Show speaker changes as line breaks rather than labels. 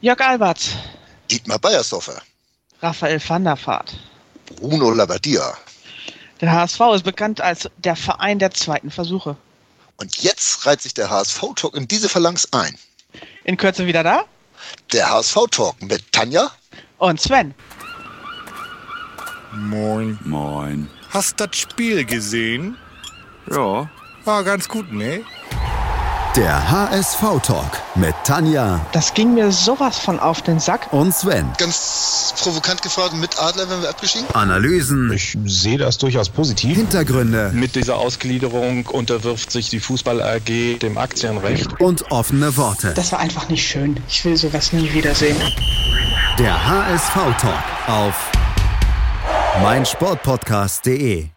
Jörg Alberts,
Dietmar Beiersdorfer,
Raphael van der Vaart.
Bruno Labbadia.
Der HSV ist bekannt als der Verein der zweiten Versuche.
Und jetzt reiht sich der HSV-Talk in diese Phalanx ein.
In Kürze wieder da
Der HSV-Talk mit Tanja
und Sven.
Moin.
Moin.
Hast das Spiel gesehen?
Ja.
War ganz gut, ne?
Der HSV-Talk mit Tanja
Das ging mir sowas von auf den Sack.
und Sven.
Ganz provokant gefragt, mit Adler werden wir abgeschieden?
Analysen,
Ich sehe das durchaus positiv.
Hintergründe
Mit dieser Ausgliederung unterwirft sich die Fußball AG dem Aktienrecht.
und offene Worte.
Das war einfach nicht schön. Ich will sowas nie wiedersehen.
Der HSV-Talk auf meinsportpodcast.de